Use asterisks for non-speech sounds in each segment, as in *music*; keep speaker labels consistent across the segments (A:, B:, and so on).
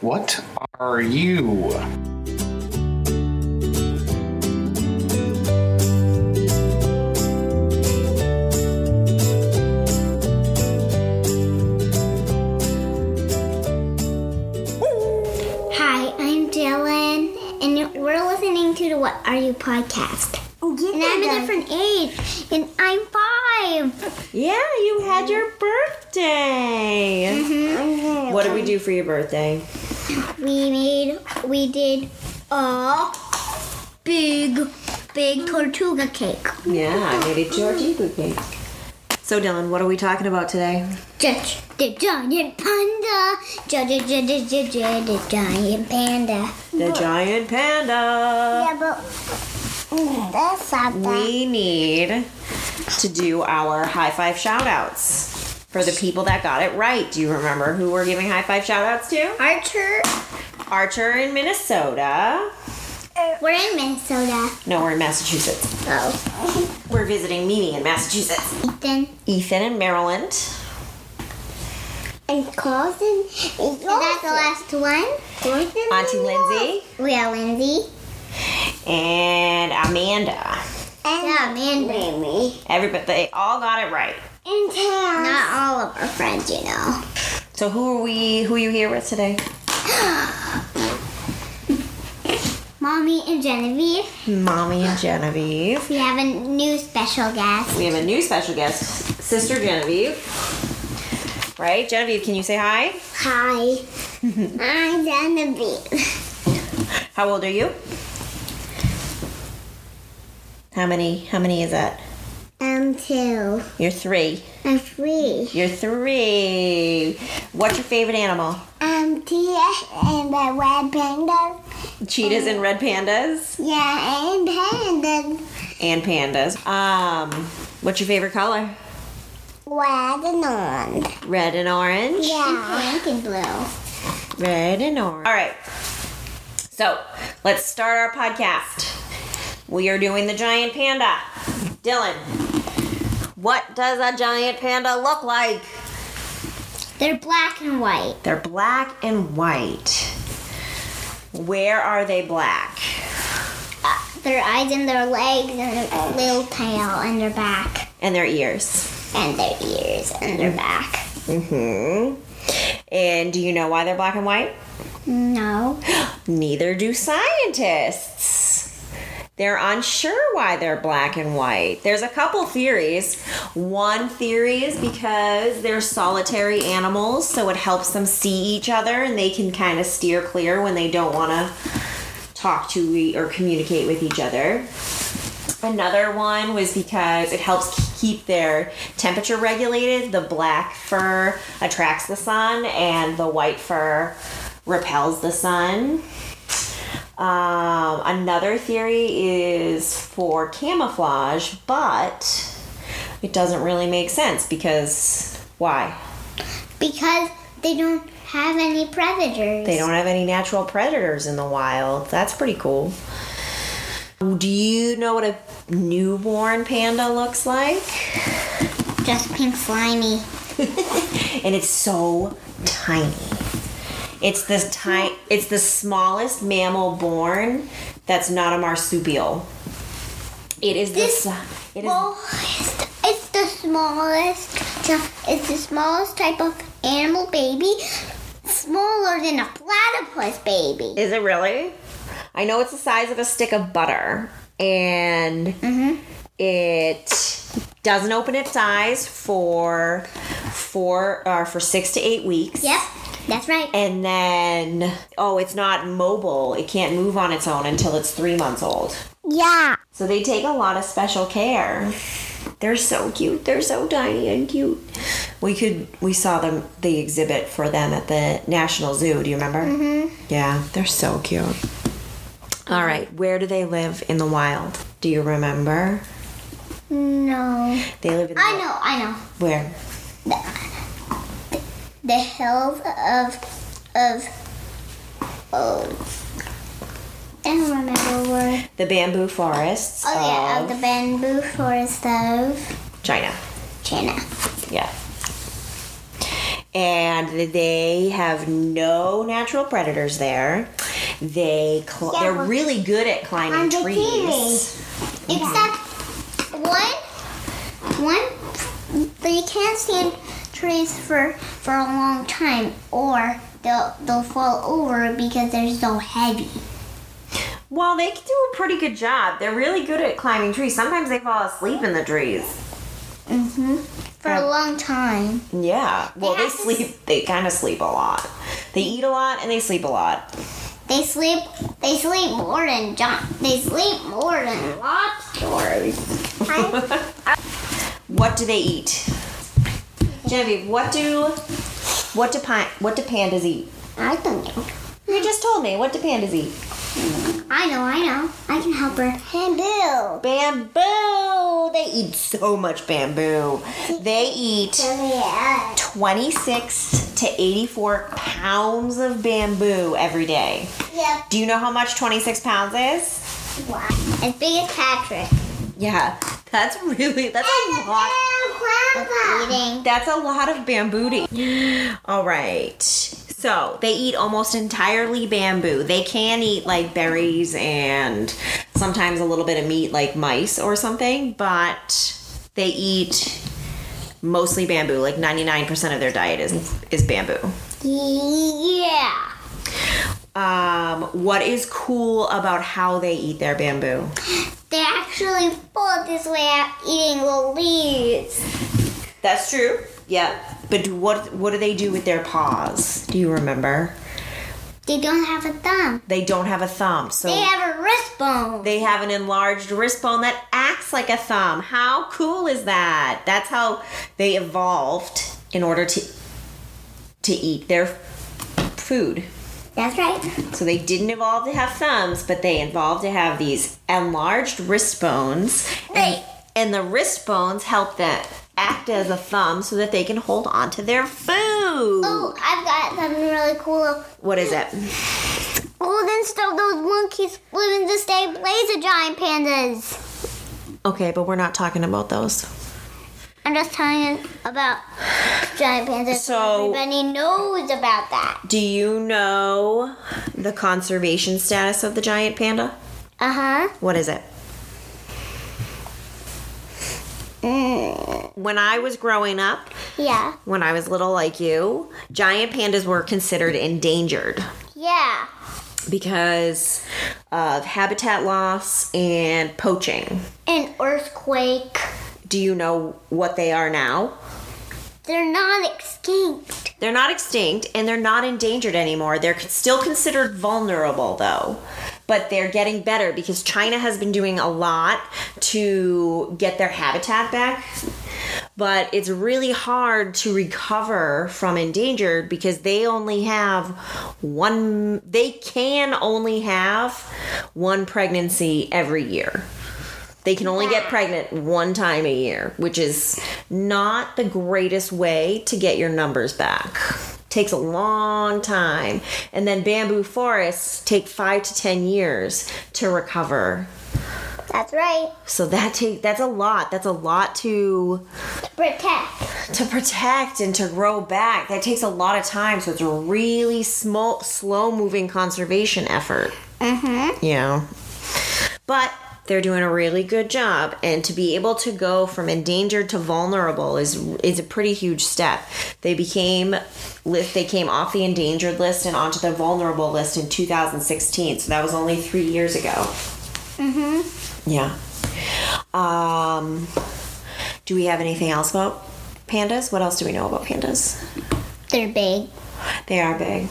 A: What are you?
B: Hi, I'm Dylan, and we're listening to the What Are You podcast. And I'm a different age, and I'm five.
C: Yeah, you had your birthday. What did we do for your birthday?
B: We made, we did a big, big tortuga cake.
C: Yeah, I made a Georgie cake. So Dylan, what are we talking about today?
B: Judge the giant panda. Judge, judge, judge, judge the giant panda.
C: The giant panda.
B: but mm, that's not
C: We need to do our high five shout outs for the people that got it right. Do you remember who we're giving high five shout outs to?
B: Archer,
C: Archer in Minnesota.
B: we're in Minnesota.
C: No, we're in Massachusetts.
B: Oh.
C: We're visiting Mimi in Massachusetts.
B: Ethan.
C: Ethan in Maryland.
B: And Carlson. Is that the last one?
C: Auntie Lindsay
B: We are Lindsay.
C: and Amanda.
B: And yeah, Amanda. Amy.
C: Everybody, they all got it right.
B: And Tam. Not all of our friends, you know. *gasps*
C: So who are we? Who are you here with today?
B: Mommy and Genevieve.
C: Mommy and Genevieve.
B: We have a new special guest.
C: We have a new special guest, Sister Genevieve. Right, Genevieve? Can you say hi? *laughs*
B: Hi. I'm Genevieve.
C: How old are you? How many? How many is that?
B: I'm two.
C: You're three.
B: I'm three.
C: You're three. What's your favorite animal?
B: I'm Tia and the red panda.
C: Cheetahs and red pandas.
B: Yeah, and panda.
C: And pandas. Um, what's your favorite color?
B: Red and orange.
C: Red and orange.
B: Yeah. And pink and blue.
C: Red and orange. All right. So let's start our podcast. We are doing the giant panda. Dylan, what does a giant panda look like?
B: They're black and white.
C: They're black and white. Where are they black?
B: Uh, Their eyes and their legs and their little tail and their back
C: And their ears.
B: and their ears and
C: Mm.
B: their back.
C: Hmm. And do you know why they're black and white?
B: No.
C: Neither do scientists. They're unsure why they're black and white. There's a couple theories. One theory is because they're solitary animals, so it helps them see each other and they can kind of steer clear when they don't want to talk to e- or communicate with each other. Another one was because it helps keep their temperature regulated. The black fur attracts the sun, and the white fur repels the sun. Um, another theory is for camouflage, but it doesn't really make sense because why?
B: Because they don't have any predators.
C: They don't have any natural predators in the wild. That's pretty cool. Do you know what a newborn panda looks like?
B: Just pink slimy.
C: and it's so tiny. It's this tiny. It's the smallest mammal born that's not a marsupial. It is this. It is
B: Well, it's, it's the smallest. It's the smallest type of animal baby. Smaller than a platypus baby.
C: Is it really? I know it's the size of a stick of butter, and it doesn't open its eyes for four or for six to eight weeks.
B: Yep, that's right.
C: And then, oh, it's not mobile. It can't move on its own until it's three months old.
B: Yeah.
C: So they take a lot of special care. They're so cute. They're so tiny and cute. We could we saw them the exhibit for them at the National Zoo. Do you remember? Mm-hmm. Yeah, they're so cute. All right, where do they live in the wild? Do you remember?
B: No.
C: They live in the
B: I know, I know.
C: where?
B: the hills of of of I don't remember where.
C: The bamboo forests
B: Oh yeah,
C: of
B: of the bamboo forest of
C: China.
B: China.
C: Yeah. and they have no natural predators there. They cl-
B: Yeah,
C: they're
B: we're-
C: really good at climbing
B: On the
C: trees.
B: Except one, one, they can't stand trees for for a long time, or they'll they'll fall over because they're so heavy.
C: Well, they can do a pretty good job. They're really good at climbing trees. Sometimes they fall asleep in the trees.
B: Mhm. For a long time.
C: Yeah. Well, they
B: have to
C: sleep. They kind of sleep a lot. They eat a lot and they sleep a lot.
B: They sleep. They sleep more than John. They sleep more than lobsters. I,
C: What do they eat? Genevieve, what do what do pi- what do pandas eat?
B: I don't know.
C: You just told me. What do pandas eat?
B: I know. I know. I can help her. Bamboo.
C: Bamboo. They eat so much bamboo. They eat
B: Yeah.
C: 26 to 84 pounds of bamboo every day.
B: Yep.
C: Do you know how much 26 pounds is?
B: Wow. As big as Patrick.
C: Yeah, that's really that's a lot.
B: Eating.
C: That's a lot of bamboo to eat. *gasps* All right. So they eat almost entirely bamboo. They can eat like berries and sometimes a little bit of meat, like mice or something, but they eat mostly bamboo. Like 99% of their diet is, is bamboo.
B: Yeah.
C: Um, what is cool about how they eat their bamboo?
B: They actually fall this way out eating the leaves.
C: That's true. Yeah. But do- what what do they do with their paws? Do you remember?
B: They don't have a thumb.
C: They don't have a thumb, so
B: They have a wrist bone.
C: They have an enlarged wrist bone that acts like a thumb. How cool is that? That's how they evolved in order to to eat their food.
B: That's right.
C: So they didn't evolve to have thumbs, but they evolved to have these enlarged wrist bones. And,
B: Right.
C: and the wrist bones help them act as a thumb so that they can hold on to their food.
B: Oh, I've got something really cool.
C: What is it?
B: Oh, then stop those monkeys live in the same place as giant pandas.
C: Okay, but we're not talking about those.
B: I'm just telling you about giant pandas.
C: So-
B: everybody knows about that.
C: Do you know the conservation status of the giant panda?
B: Uh huh.
C: What is it? When I was growing up,
B: Yeah.
C: when I was little like you, giant pandas were considered endangered
B: Yeah.
C: because of habitat loss and poaching.
B: An earthquake.
C: Do you know what they are now?
B: They're not extinct.
C: They're not extinct and they're not endangered anymore. They're still considered vulnerable though. But they're getting better because China has been doing a lot to get their habitat back. But it's really hard to recover from endangered because they only have one, they can only have one pregnancy every year. They can only get pregnant one time a year, which is not the greatest way to get your numbers back. Takes a long time. And then bamboo forests take five to 10 years to recover.
B: That's right.
C: So that take that's a lot. That's a lot to
B: Protect.
C: to protect and to grow back. That takes a lot of time. So it's a really small, slow moving conservation effort.
B: Mm-hmm.
C: Yeah. But they're doing a really good job and to be able to go from endangered to vulnerable is is a pretty huge step. They became list they came off the endangered list and onto the vulnerable list in 2016. So that was only 3 years ago. Mhm. Yeah. Um do we have anything else about pandas? What else do we know about pandas?
B: They're big.
C: They are big.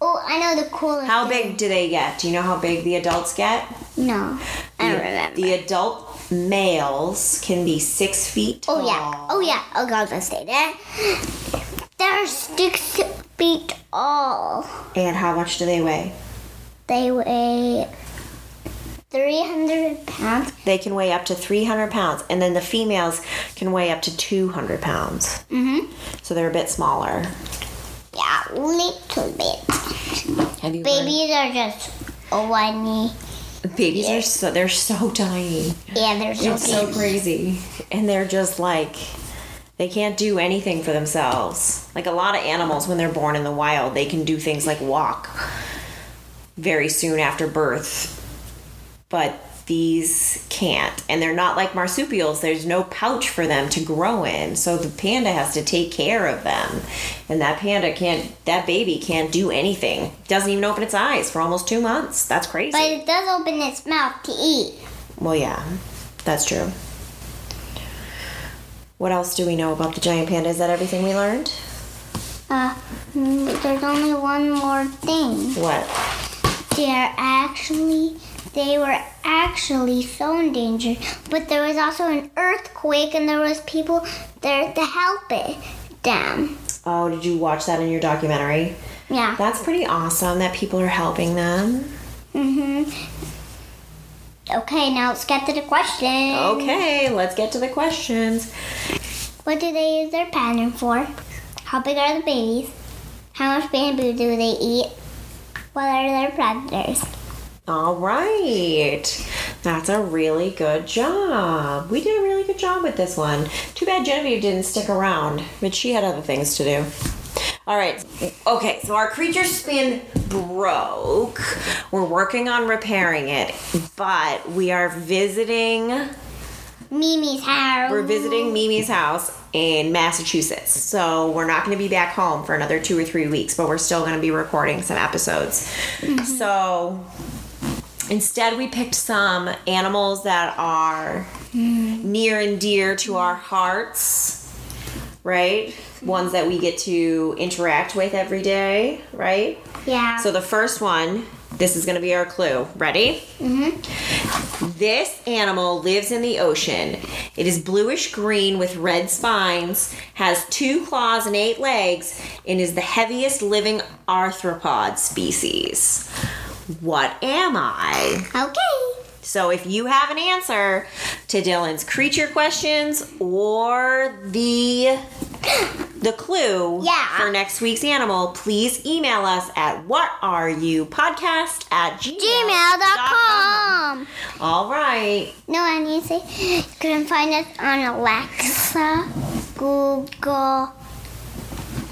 B: Oh, I know the coolest.
C: How
B: thing.
C: big do they get? Do you know how big the adults get?
B: No, I don't remember.
C: The adult males can be six feet tall.
B: oh yeah. Oh yeah. Oh God, let's stay there. They're six feet tall.
C: And how much do they weigh?
B: They weigh three hundred pounds.
C: They can weigh up to 300 pounds, and then the females can weigh up to 200 pounds. Mm-hmm. So they're a bit smaller.
B: Yeah, little bit.
C: Have you
B: Babies are just whiny.
C: learned- Babies are so they're so tiny.
B: Yeah, they're so
C: It's so
B: big.
C: crazy, and they're just like They can't do anything for themselves. Like a lot of animals, when they're born in the wild, they can do things like walk very soon after birth. But these can't. And they're not like marsupials. There's no pouch for them to grow in. So the panda has to take care of them. And that panda can't, that baby can't do anything. Doesn't even open its eyes for almost two months. That's crazy.
B: But it does open its mouth to eat.
C: Well, yeah, that's true. What else do we know about the giant panda? Is that everything we learned?
B: Uh, mm, there's only one more thing.
C: What?
B: They're actually, they were actually so endangered. But there was also an earthquake, and there was people there to help it them.
C: Oh, did you watch that in your documentary?
B: Yeah.
C: That's pretty awesome that people are helping them.
B: Mhm. Okay, now let's get to the question.
C: Oh, Okay, let's get to the questions.
B: What do they use their pattern for? How big are the babies? How much bamboo do they eat? What are their predators?
C: All right. That's a really good job. We did a really good job with this one. Too bad Genevieve didn't stick around, but she had other things to do. All right. Okay, so our creature spin broke. We're working on repairing it, but we are visiting
B: Mimi's house.
C: we're visiting Mimi's house in Massachusetts. So we're not going to be back home for another two or three weeks, but we're still going to be recording some episodes. So instead, we picked some animals that are near and dear to our hearts, right? Ones that we get to interact with every day, right?
B: Yeah.
C: So the first one, this is going to be our clue. Ready? Mm-hmm. This animal lives in the ocean. It is bluish green with red spines, has two claws and eight legs, and is the heaviest living arthropod species. What am I?
B: okay.
C: So if you have an answer to Dylan's creature questions or the the clue
B: Yeah.
C: for next week's animal, please email us at what are you podcast at gmail.
B: Gmail.com.
C: All right.
B: No, I need to say, you can find us on Alexa, Google,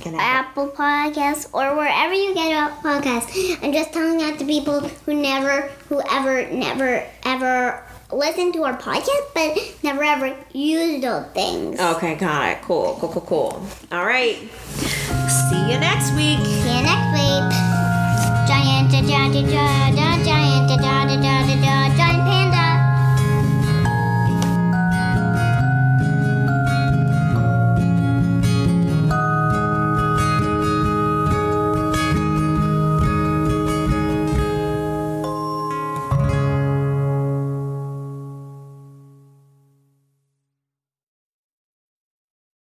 C: Can I-
B: Apple Podcasts, or wherever you get your podcast. I'm just telling that to people who never, who ever, never, ever listen to our podcast, but never ever use those things.
C: Okay, got it. Cool, cool, cool, cool. All right. See you next week.
B: See you next week. Giant, giant, giant, giant, giant, giant, giant, giant, giant, giant, giant, giant,